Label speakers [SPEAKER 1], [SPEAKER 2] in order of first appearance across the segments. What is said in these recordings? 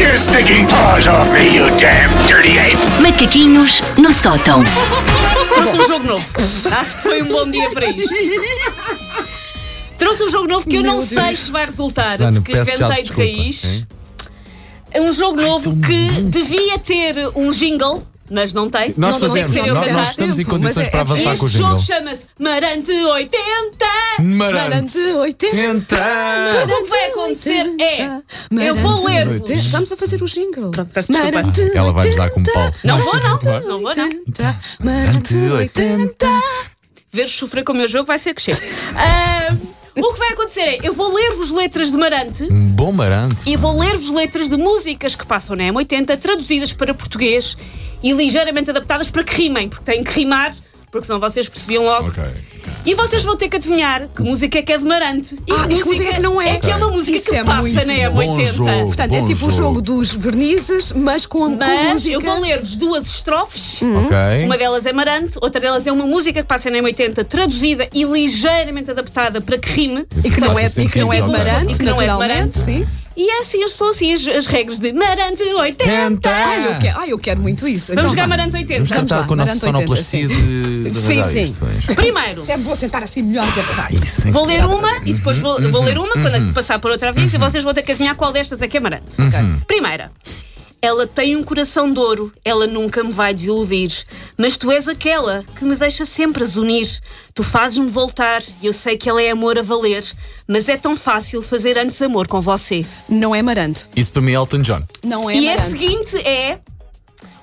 [SPEAKER 1] your stinking paws off me, you damn dirty ape!
[SPEAKER 2] Macaquinhos no sótão.
[SPEAKER 3] Trouxe um jogo novo. Acho que foi um bom dia para isto. Trouxe um jogo novo que eu não sei se vai resultar,
[SPEAKER 4] Susana,
[SPEAKER 3] porque
[SPEAKER 4] peço já
[SPEAKER 3] inventei de
[SPEAKER 4] desculpa,
[SPEAKER 3] raiz.
[SPEAKER 4] hein?
[SPEAKER 3] É um jogo novo que devia ter um jingle, mas não tem.
[SPEAKER 4] Nós
[SPEAKER 3] não
[SPEAKER 4] fazemos,
[SPEAKER 3] tem que ser eu
[SPEAKER 4] nós, nós
[SPEAKER 3] cantar.
[SPEAKER 4] estamos em
[SPEAKER 5] Tempo, mas
[SPEAKER 4] condições
[SPEAKER 5] é-
[SPEAKER 4] para avançar com o
[SPEAKER 3] Este
[SPEAKER 4] jingle.
[SPEAKER 3] jogo chama-se Marante 80.
[SPEAKER 4] Marante.
[SPEAKER 5] Marante 80. Ah.
[SPEAKER 4] Entra!
[SPEAKER 3] O que vai acontecer é. Eu vou
[SPEAKER 5] Marante,
[SPEAKER 3] ler-vos.
[SPEAKER 5] Estamos a fazer o jingle. Pronto,
[SPEAKER 3] peço desculpa.
[SPEAKER 4] Ela vai nos dar como pau.
[SPEAKER 3] Não vou, não. Não vou, não.
[SPEAKER 5] Marante 80.
[SPEAKER 3] ver sofrer com o meu jogo vai ser que chega. Ahm, o que vai acontecer é, eu vou ler-vos letras de Marante
[SPEAKER 4] Um bom marante.
[SPEAKER 3] e vou ler-vos letras de músicas que passam na M80, traduzidas para português e ligeiramente adaptadas para que rimem, porque têm que rimar, porque senão vocês percebiam logo.
[SPEAKER 4] Ok.
[SPEAKER 3] E vocês vão ter que adivinhar que música é que é de Marante. E
[SPEAKER 5] Ah, e que música é que não é?
[SPEAKER 3] É que é uma música
[SPEAKER 5] Isso
[SPEAKER 3] que
[SPEAKER 5] é
[SPEAKER 3] passa
[SPEAKER 5] muito
[SPEAKER 3] na
[SPEAKER 4] bom
[SPEAKER 3] M80.
[SPEAKER 4] jogo.
[SPEAKER 5] Portanto, é
[SPEAKER 4] Bom
[SPEAKER 5] tipo o
[SPEAKER 4] jogo.
[SPEAKER 5] jogo dos vernizes, mas com a com
[SPEAKER 3] Mas
[SPEAKER 5] música.
[SPEAKER 3] eu vou ler-vos duas estrofes.
[SPEAKER 4] Ok.
[SPEAKER 3] Uma delas é Marante, outra delas é uma música que passa na M80, traduzida e ligeiramente adaptada para que rime.
[SPEAKER 5] E que não é, e que não é de
[SPEAKER 4] Sentido, ok.
[SPEAKER 5] Marante,
[SPEAKER 3] E que não é de Marante.
[SPEAKER 5] naturalmente, sim.
[SPEAKER 3] E é assim, eu sou assim as, as regras de Marante 80.
[SPEAKER 4] Tenta!
[SPEAKER 5] Ai, eu quero, ai, eu quero muito isso.
[SPEAKER 3] Ah. Vamos
[SPEAKER 5] Então,
[SPEAKER 3] jogar Marante 80.
[SPEAKER 4] Vamos tratar
[SPEAKER 5] lá,
[SPEAKER 4] com a nossa
[SPEAKER 5] Marante 80,
[SPEAKER 4] sonoplastia de, de
[SPEAKER 5] Sim,
[SPEAKER 4] radar
[SPEAKER 5] sim.
[SPEAKER 4] isto, bem.
[SPEAKER 3] Primeiro,
[SPEAKER 5] até me vou sentar assim melhor que a
[SPEAKER 4] Isso, hein?
[SPEAKER 3] vou ler uma e depois vou, vou ler uma quando passar por outra vez e vocês vão ter que adivinhar qual destas é que é Marante. Primeira. Ela tem um coração de ouro, ela nunca me vai desiludir. Mas tu és aquela que me deixa sempre as unir. Tu fazes-me voltar e eu sei que ela é amor a valer. Mas é tão fácil fazer antes amor com você.
[SPEAKER 5] Não é Marante.
[SPEAKER 4] Isso para mim é Elton John.
[SPEAKER 5] Não é
[SPEAKER 3] E a
[SPEAKER 5] Marante.
[SPEAKER 3] seguinte é.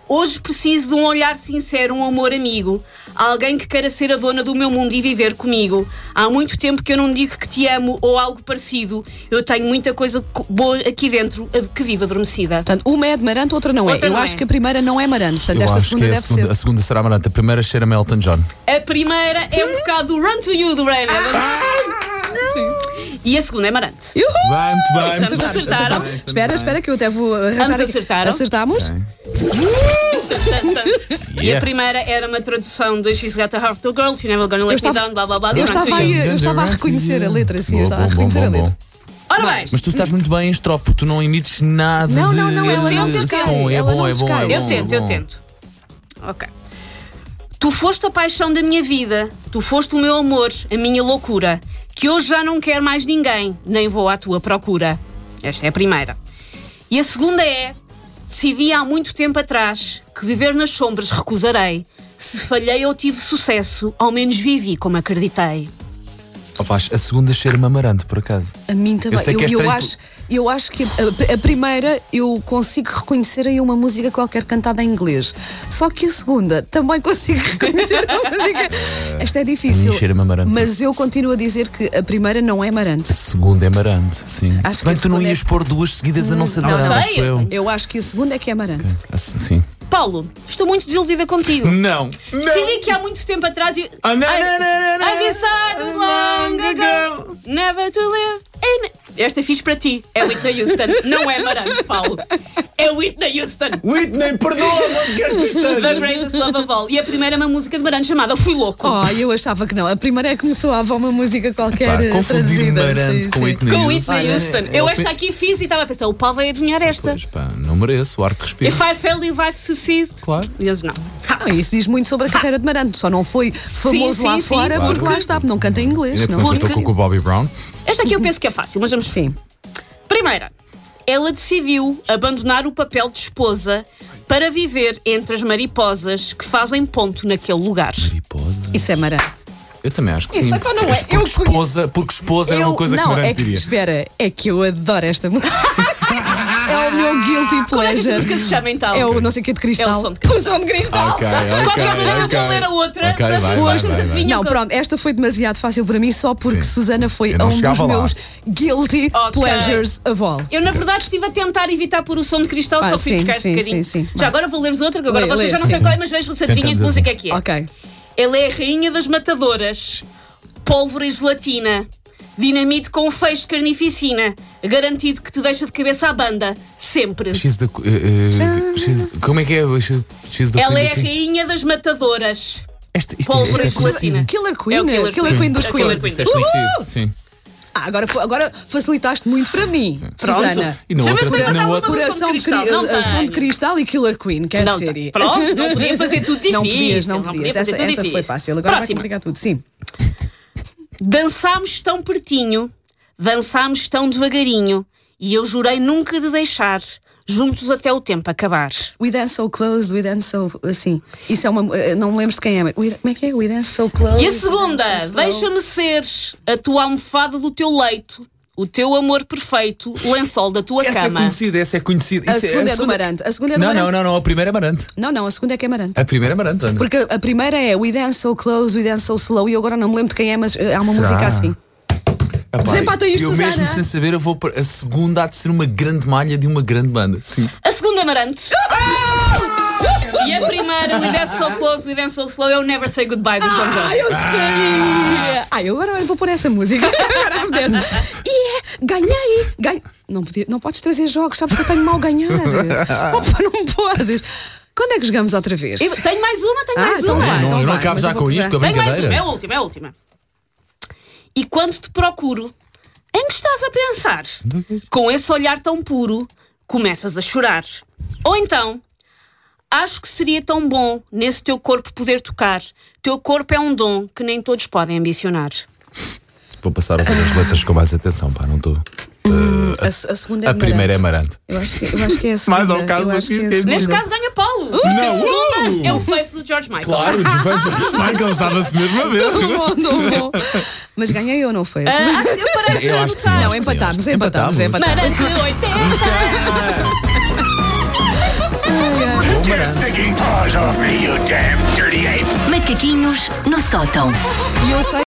[SPEAKER 3] Hoje preciso de um olhar sincero, um amor amigo. Alguém que queira ser a dona do meu mundo e viver comigo. Há muito tempo que eu não digo que te amo ou algo parecido. Eu tenho muita coisa co- boa aqui dentro a de que vivo adormecida.
[SPEAKER 5] Portanto, uma é de Marante, outra não é.
[SPEAKER 3] Outra
[SPEAKER 5] eu
[SPEAKER 3] não
[SPEAKER 5] acho
[SPEAKER 3] é.
[SPEAKER 5] que a primeira não é Marante. Portanto,
[SPEAKER 4] Eu
[SPEAKER 5] esta
[SPEAKER 4] acho que
[SPEAKER 5] segunda
[SPEAKER 4] é a
[SPEAKER 5] deve
[SPEAKER 4] segunda, a
[SPEAKER 5] ser.
[SPEAKER 4] segunda será Marante. A primeira cheira-me a Elton John.
[SPEAKER 3] A primeira é um bocado Run to You do Brian Adams. E a segunda é Marante.
[SPEAKER 4] Vai, muito
[SPEAKER 3] Estamos
[SPEAKER 4] bem.
[SPEAKER 3] a acertaram?
[SPEAKER 5] Espera, espera, que eu até vou arranjar.
[SPEAKER 3] Ambos
[SPEAKER 5] aqui.
[SPEAKER 3] acertaram.
[SPEAKER 5] Acertámos?
[SPEAKER 3] E a
[SPEAKER 4] Yeah.
[SPEAKER 3] primeira era uma tradução de She's Got a Heart to a Girl, She's Never Gonna Let
[SPEAKER 5] estava-
[SPEAKER 3] Me Down, blá blá blá. do
[SPEAKER 5] Eu
[SPEAKER 3] Run to
[SPEAKER 4] um
[SPEAKER 5] estava,
[SPEAKER 3] You.
[SPEAKER 5] aí- eu estava a reconhecer a letra, sim. Eu estava a reconhecer a letra.
[SPEAKER 3] Ora bem,
[SPEAKER 4] Mas tu estás muito bem em estrofe, porque tu não emites nada
[SPEAKER 5] Não,
[SPEAKER 4] de
[SPEAKER 5] não, não, ela
[SPEAKER 4] de
[SPEAKER 3] não descai,
[SPEAKER 4] som. É
[SPEAKER 5] ela
[SPEAKER 4] bom,
[SPEAKER 5] não
[SPEAKER 4] é bom, é
[SPEAKER 5] descai.
[SPEAKER 4] bom.
[SPEAKER 3] Eu tento,
[SPEAKER 4] é
[SPEAKER 3] eu
[SPEAKER 4] bom.
[SPEAKER 3] tento. Ok. Tu foste a paixão da minha vida, tu foste o meu amor, a minha loucura, que hoje já não quero mais ninguém, nem vou à tua procura. Esta é a primeira. E a segunda é: decidi há muito tempo atrás que viver nas sombras recusarei. Se falhei ou tive sucesso, ao menos vivi como acreditei.
[SPEAKER 4] Opa, a segunda cheira-me a Marante, por acaso.
[SPEAKER 5] A mim também.
[SPEAKER 4] Eu sei
[SPEAKER 5] Eu,
[SPEAKER 4] que é
[SPEAKER 5] eu
[SPEAKER 4] estranho
[SPEAKER 5] acho, eu acho que a, a primeira eu consigo reconhecer aí uma música qualquer cantada em inglês. Só que a segunda também consigo reconhecer a música. Esta é difícil.
[SPEAKER 4] A mim cheira-me a Marante.
[SPEAKER 5] Mas eu continuo a dizer que a primeira não é marante.
[SPEAKER 4] Segunda é Marante, sim.
[SPEAKER 5] Acho
[SPEAKER 4] Se bem
[SPEAKER 5] que
[SPEAKER 4] que tu não
[SPEAKER 5] a segunda
[SPEAKER 4] ias
[SPEAKER 5] é-
[SPEAKER 4] pôr duas seguidas a não ser de
[SPEAKER 3] não
[SPEAKER 4] Marante,
[SPEAKER 3] sei.
[SPEAKER 4] acho eu.
[SPEAKER 5] Eu acho que a segunda é que é marante.
[SPEAKER 4] Ah, Sim.
[SPEAKER 3] Paulo, estou muito desiludida contigo.
[SPEAKER 4] Não!
[SPEAKER 3] Decidi que há muito tempo atrás. Eu...
[SPEAKER 4] Ah, não,
[SPEAKER 3] I-
[SPEAKER 4] não, não, não, Ah,
[SPEAKER 3] I decided
[SPEAKER 4] não,
[SPEAKER 3] long
[SPEAKER 4] long
[SPEAKER 3] ago never to live in. Esta fiz para ti. É Whitney Houston. não é Marante, Paulo. É Whitney Houston.
[SPEAKER 4] Whitney, perdoa-me, onde quer que tu
[SPEAKER 3] The
[SPEAKER 4] estejas.
[SPEAKER 3] Greatest Love of All. E a primeira é uma música de Marante chamada Fui Louco.
[SPEAKER 5] Oh, eu achava que não. A primeira é que me soava uma música qualquer
[SPEAKER 4] Pá,
[SPEAKER 5] eh,
[SPEAKER 4] Confundir
[SPEAKER 5] traduzida.
[SPEAKER 4] Marante
[SPEAKER 5] Sim,
[SPEAKER 4] com
[SPEAKER 5] sim.
[SPEAKER 4] Whitney
[SPEAKER 3] Com
[SPEAKER 4] Houston.
[SPEAKER 3] Whitney Houston.
[SPEAKER 4] Olha,
[SPEAKER 3] Eu
[SPEAKER 4] é
[SPEAKER 3] esta
[SPEAKER 4] ofen-
[SPEAKER 3] aqui fiz e estava a pensar, o Paulo vai adivinhar esta.
[SPEAKER 4] Pois pá, não mereço, o ar que respiro.
[SPEAKER 3] If I fail, you I succeed.
[SPEAKER 4] Claro.
[SPEAKER 3] E eles não. Ha.
[SPEAKER 5] Ah, isso diz muito sobre a carreira de Marante. Só não foi famoso
[SPEAKER 3] sim,
[SPEAKER 5] lá
[SPEAKER 3] sim.
[SPEAKER 5] fora
[SPEAKER 4] Claro.
[SPEAKER 5] porque lá está, não canta em inglês.
[SPEAKER 4] Ainda
[SPEAKER 5] Não. é?
[SPEAKER 4] porque eu
[SPEAKER 3] Porque-
[SPEAKER 4] estou com o Bobby Brown.
[SPEAKER 3] Esta aqui eu penso que é fácil, mas vamos
[SPEAKER 5] Sim.
[SPEAKER 3] Primeira, ela decidiu abandonar o papel de esposa para viver entre as mariposas que fazem ponto naquele lugar.
[SPEAKER 4] Mariposa.
[SPEAKER 5] Isso é marante.
[SPEAKER 4] Eu também acho que
[SPEAKER 5] Isso
[SPEAKER 4] sim.
[SPEAKER 5] então não
[SPEAKER 4] porque-
[SPEAKER 5] é. Eu
[SPEAKER 4] Porque esposa, porque esposa era uma coisa
[SPEAKER 5] não,
[SPEAKER 4] que Marante
[SPEAKER 5] é que,
[SPEAKER 4] diria.
[SPEAKER 5] Espera, é que eu adoro esta música. é o meu guilty
[SPEAKER 3] Como é que esta música
[SPEAKER 5] pleasure.
[SPEAKER 3] se chama então?
[SPEAKER 5] É o não sei o que de cristal.
[SPEAKER 3] É o som de cristal.
[SPEAKER 5] O som de cristal.
[SPEAKER 4] Ok, ok.
[SPEAKER 3] Qualquer maneira, eu vou ler a outra,
[SPEAKER 4] Ok,
[SPEAKER 3] para
[SPEAKER 4] vai, vai,
[SPEAKER 3] vocês
[SPEAKER 4] vai, vai.
[SPEAKER 3] adivinharem.
[SPEAKER 5] Não, pronto, esta foi demasiado fácil para mim só porque
[SPEAKER 4] Sim.
[SPEAKER 5] Susana foi
[SPEAKER 4] Eu
[SPEAKER 5] a
[SPEAKER 4] não
[SPEAKER 5] um dos
[SPEAKER 4] chegava lá.
[SPEAKER 5] meus guilty
[SPEAKER 3] Ok.
[SPEAKER 5] pleasures of all.
[SPEAKER 3] Eu, na verdade, estive a tentar evitar por o som de cristal,
[SPEAKER 5] Ah,
[SPEAKER 3] só fui
[SPEAKER 5] sim,
[SPEAKER 3] buscar este
[SPEAKER 5] sim,
[SPEAKER 3] bocadinho.
[SPEAKER 5] sim, sim.
[SPEAKER 3] Já agora vou ler-vos outra, que agora
[SPEAKER 5] Lê,
[SPEAKER 3] vocês
[SPEAKER 5] lê,
[SPEAKER 3] já não
[SPEAKER 5] sim.
[SPEAKER 3] sei qual é, mas vejam se adivinham que
[SPEAKER 4] Tentamos um.
[SPEAKER 3] música é que é.
[SPEAKER 5] Ok.
[SPEAKER 3] Ela é a rainha das matadoras, pólvora e gelatina, dinamite com fecho de carnificina, garantido que te deixa de cabeça à banda, sempre.
[SPEAKER 4] She's the. eh, eh, she's- como é que é? She's she's the
[SPEAKER 3] Ela
[SPEAKER 4] queen
[SPEAKER 3] é a
[SPEAKER 4] of queen.
[SPEAKER 3] rainha das matadoras.
[SPEAKER 4] Este, isto,
[SPEAKER 3] Paul
[SPEAKER 4] isto é
[SPEAKER 3] Brasil.
[SPEAKER 4] conhecido.
[SPEAKER 5] Killer Queen,
[SPEAKER 3] É o
[SPEAKER 5] Killer,
[SPEAKER 3] Killer
[SPEAKER 5] Queen
[SPEAKER 3] Queen
[SPEAKER 5] dos
[SPEAKER 3] É o Killer
[SPEAKER 5] Queens.
[SPEAKER 4] Isto é conhecido, sim.
[SPEAKER 5] Ah, agora, fa- agora facilitaste muito para mim,
[SPEAKER 3] Pronto.
[SPEAKER 5] Susana.
[SPEAKER 4] E não
[SPEAKER 3] Chama-se
[SPEAKER 4] outra-
[SPEAKER 3] Lembras Alguma
[SPEAKER 4] não
[SPEAKER 5] é
[SPEAKER 4] outra-
[SPEAKER 3] do Som é de Cristal?
[SPEAKER 5] cri-
[SPEAKER 3] Não
[SPEAKER 5] eh, som
[SPEAKER 3] tenho.
[SPEAKER 5] de cristal e Killer Queen, quer
[SPEAKER 3] Não,
[SPEAKER 5] dizer.
[SPEAKER 3] tá. Pronto, não podia fazer tudo
[SPEAKER 5] Não
[SPEAKER 3] difícil,
[SPEAKER 5] podias, não
[SPEAKER 3] não
[SPEAKER 5] podias.
[SPEAKER 3] podia fazer
[SPEAKER 5] essa
[SPEAKER 3] tudo
[SPEAKER 5] essa foi
[SPEAKER 3] difícil.
[SPEAKER 5] fácil. Agora vai
[SPEAKER 3] Próxima.
[SPEAKER 5] complicar tudo. Sim.
[SPEAKER 3] Dançámos tão pertinho, dançámos tão devagarinho, e eu jurei nunca de deixar, juntos até o tempo acabar.
[SPEAKER 5] We dance so close, we dance so. Assim. Isso é uma. eh, Não me lembro de quem é, mas. we- como é que é? We dance so close.
[SPEAKER 3] E a
[SPEAKER 5] we
[SPEAKER 3] segunda,
[SPEAKER 5] dance so slow.
[SPEAKER 3] deixa-me ser a tua almofada do teu leito, o teu amor perfeito, o lençol da tua
[SPEAKER 4] Essa é
[SPEAKER 3] cama.
[SPEAKER 4] conhecida, essa é conhecida.
[SPEAKER 5] A
[SPEAKER 4] Isso
[SPEAKER 5] segunda é do Marante. A segunda é do
[SPEAKER 4] Não, não,
[SPEAKER 5] Marante.
[SPEAKER 4] não, não. A primeira é Marante.
[SPEAKER 5] Não, não, a segunda é que é Marante.
[SPEAKER 4] A primeira é Marante, Ana.
[SPEAKER 5] Porque a primeira é We Dance So Close, We Dance So Slow e eu agora não me lembro de quem é, mas eh, há uma
[SPEAKER 4] Será?
[SPEAKER 5] música assim.
[SPEAKER 4] Epá,
[SPEAKER 5] Desempata isto,
[SPEAKER 4] Eu
[SPEAKER 5] Susana.
[SPEAKER 4] mesmo sem saber, eu vou para- a segunda há de ser uma grande malha de uma grande banda. Sim.
[SPEAKER 3] A segunda, Marante.
[SPEAKER 5] Ah!
[SPEAKER 3] E a primeira, We Dance So Close, We Dance So Slow, Eu Never Say Goodbye, dos Bon Jovi.
[SPEAKER 5] Ah, eu sei! Ah, eu agora vou pôr essa música. Agora me deixa. Yeah, ganhei! Ganhei! Não, podia, não podes trazer jogos, sabes que eu tenho mal ganhar. Opa, não podes. Quando é que jogamos outra vez?
[SPEAKER 3] Eu- Tenho mais uma, tenho
[SPEAKER 5] Ah,
[SPEAKER 3] mais
[SPEAKER 5] então
[SPEAKER 3] uma.
[SPEAKER 5] vá,
[SPEAKER 4] não,
[SPEAKER 5] então
[SPEAKER 4] eu não
[SPEAKER 5] vai,
[SPEAKER 4] acabo
[SPEAKER 5] mas
[SPEAKER 4] já
[SPEAKER 5] eu
[SPEAKER 4] com
[SPEAKER 5] vou
[SPEAKER 4] isto, com a
[SPEAKER 3] Tenho
[SPEAKER 5] um,
[SPEAKER 3] mais uma, é
[SPEAKER 4] brincadeira.
[SPEAKER 3] a última, é a última. E quando te procuro, em que estás a pensar?
[SPEAKER 4] Então é
[SPEAKER 3] Com esse olhar tão puro, começas a chorar. Ou então, acho que seria tão bom nesse teu corpo poder tocar. Teu corpo é um dom que nem todos podem ambicionar.
[SPEAKER 4] Vou passar outra vez as letras com mais atenção, pá, não estou.
[SPEAKER 5] A, a segunda é
[SPEAKER 4] A primeira é
[SPEAKER 5] Marante.
[SPEAKER 4] Marante.
[SPEAKER 5] Eu acho que, eu acho que é a segunda.
[SPEAKER 4] ao caso
[SPEAKER 5] eu
[SPEAKER 4] do
[SPEAKER 5] acho que é a
[SPEAKER 4] Cristo.
[SPEAKER 5] segunda.
[SPEAKER 3] Neste caso, ganha Paulo. A segunda é o face do George Michael.
[SPEAKER 4] Claro, o Giovanni Michael estava-se mesmo a
[SPEAKER 5] Tão
[SPEAKER 4] ver.
[SPEAKER 5] bom, tão bom. Mas ganhei ou não foi?
[SPEAKER 3] Ah, acho que eu parei
[SPEAKER 4] Eu
[SPEAKER 3] de
[SPEAKER 4] acho que sim,
[SPEAKER 3] anotar.
[SPEAKER 4] acho
[SPEAKER 5] Não,
[SPEAKER 4] que sim,
[SPEAKER 5] empatámos,
[SPEAKER 4] acho que
[SPEAKER 5] empatámos, empatámos.
[SPEAKER 3] Marante 80.
[SPEAKER 1] Take your stinking paws off me, you damn dirty ape!
[SPEAKER 2] Macaquinhos no sótão.
[SPEAKER 5] E eu sei.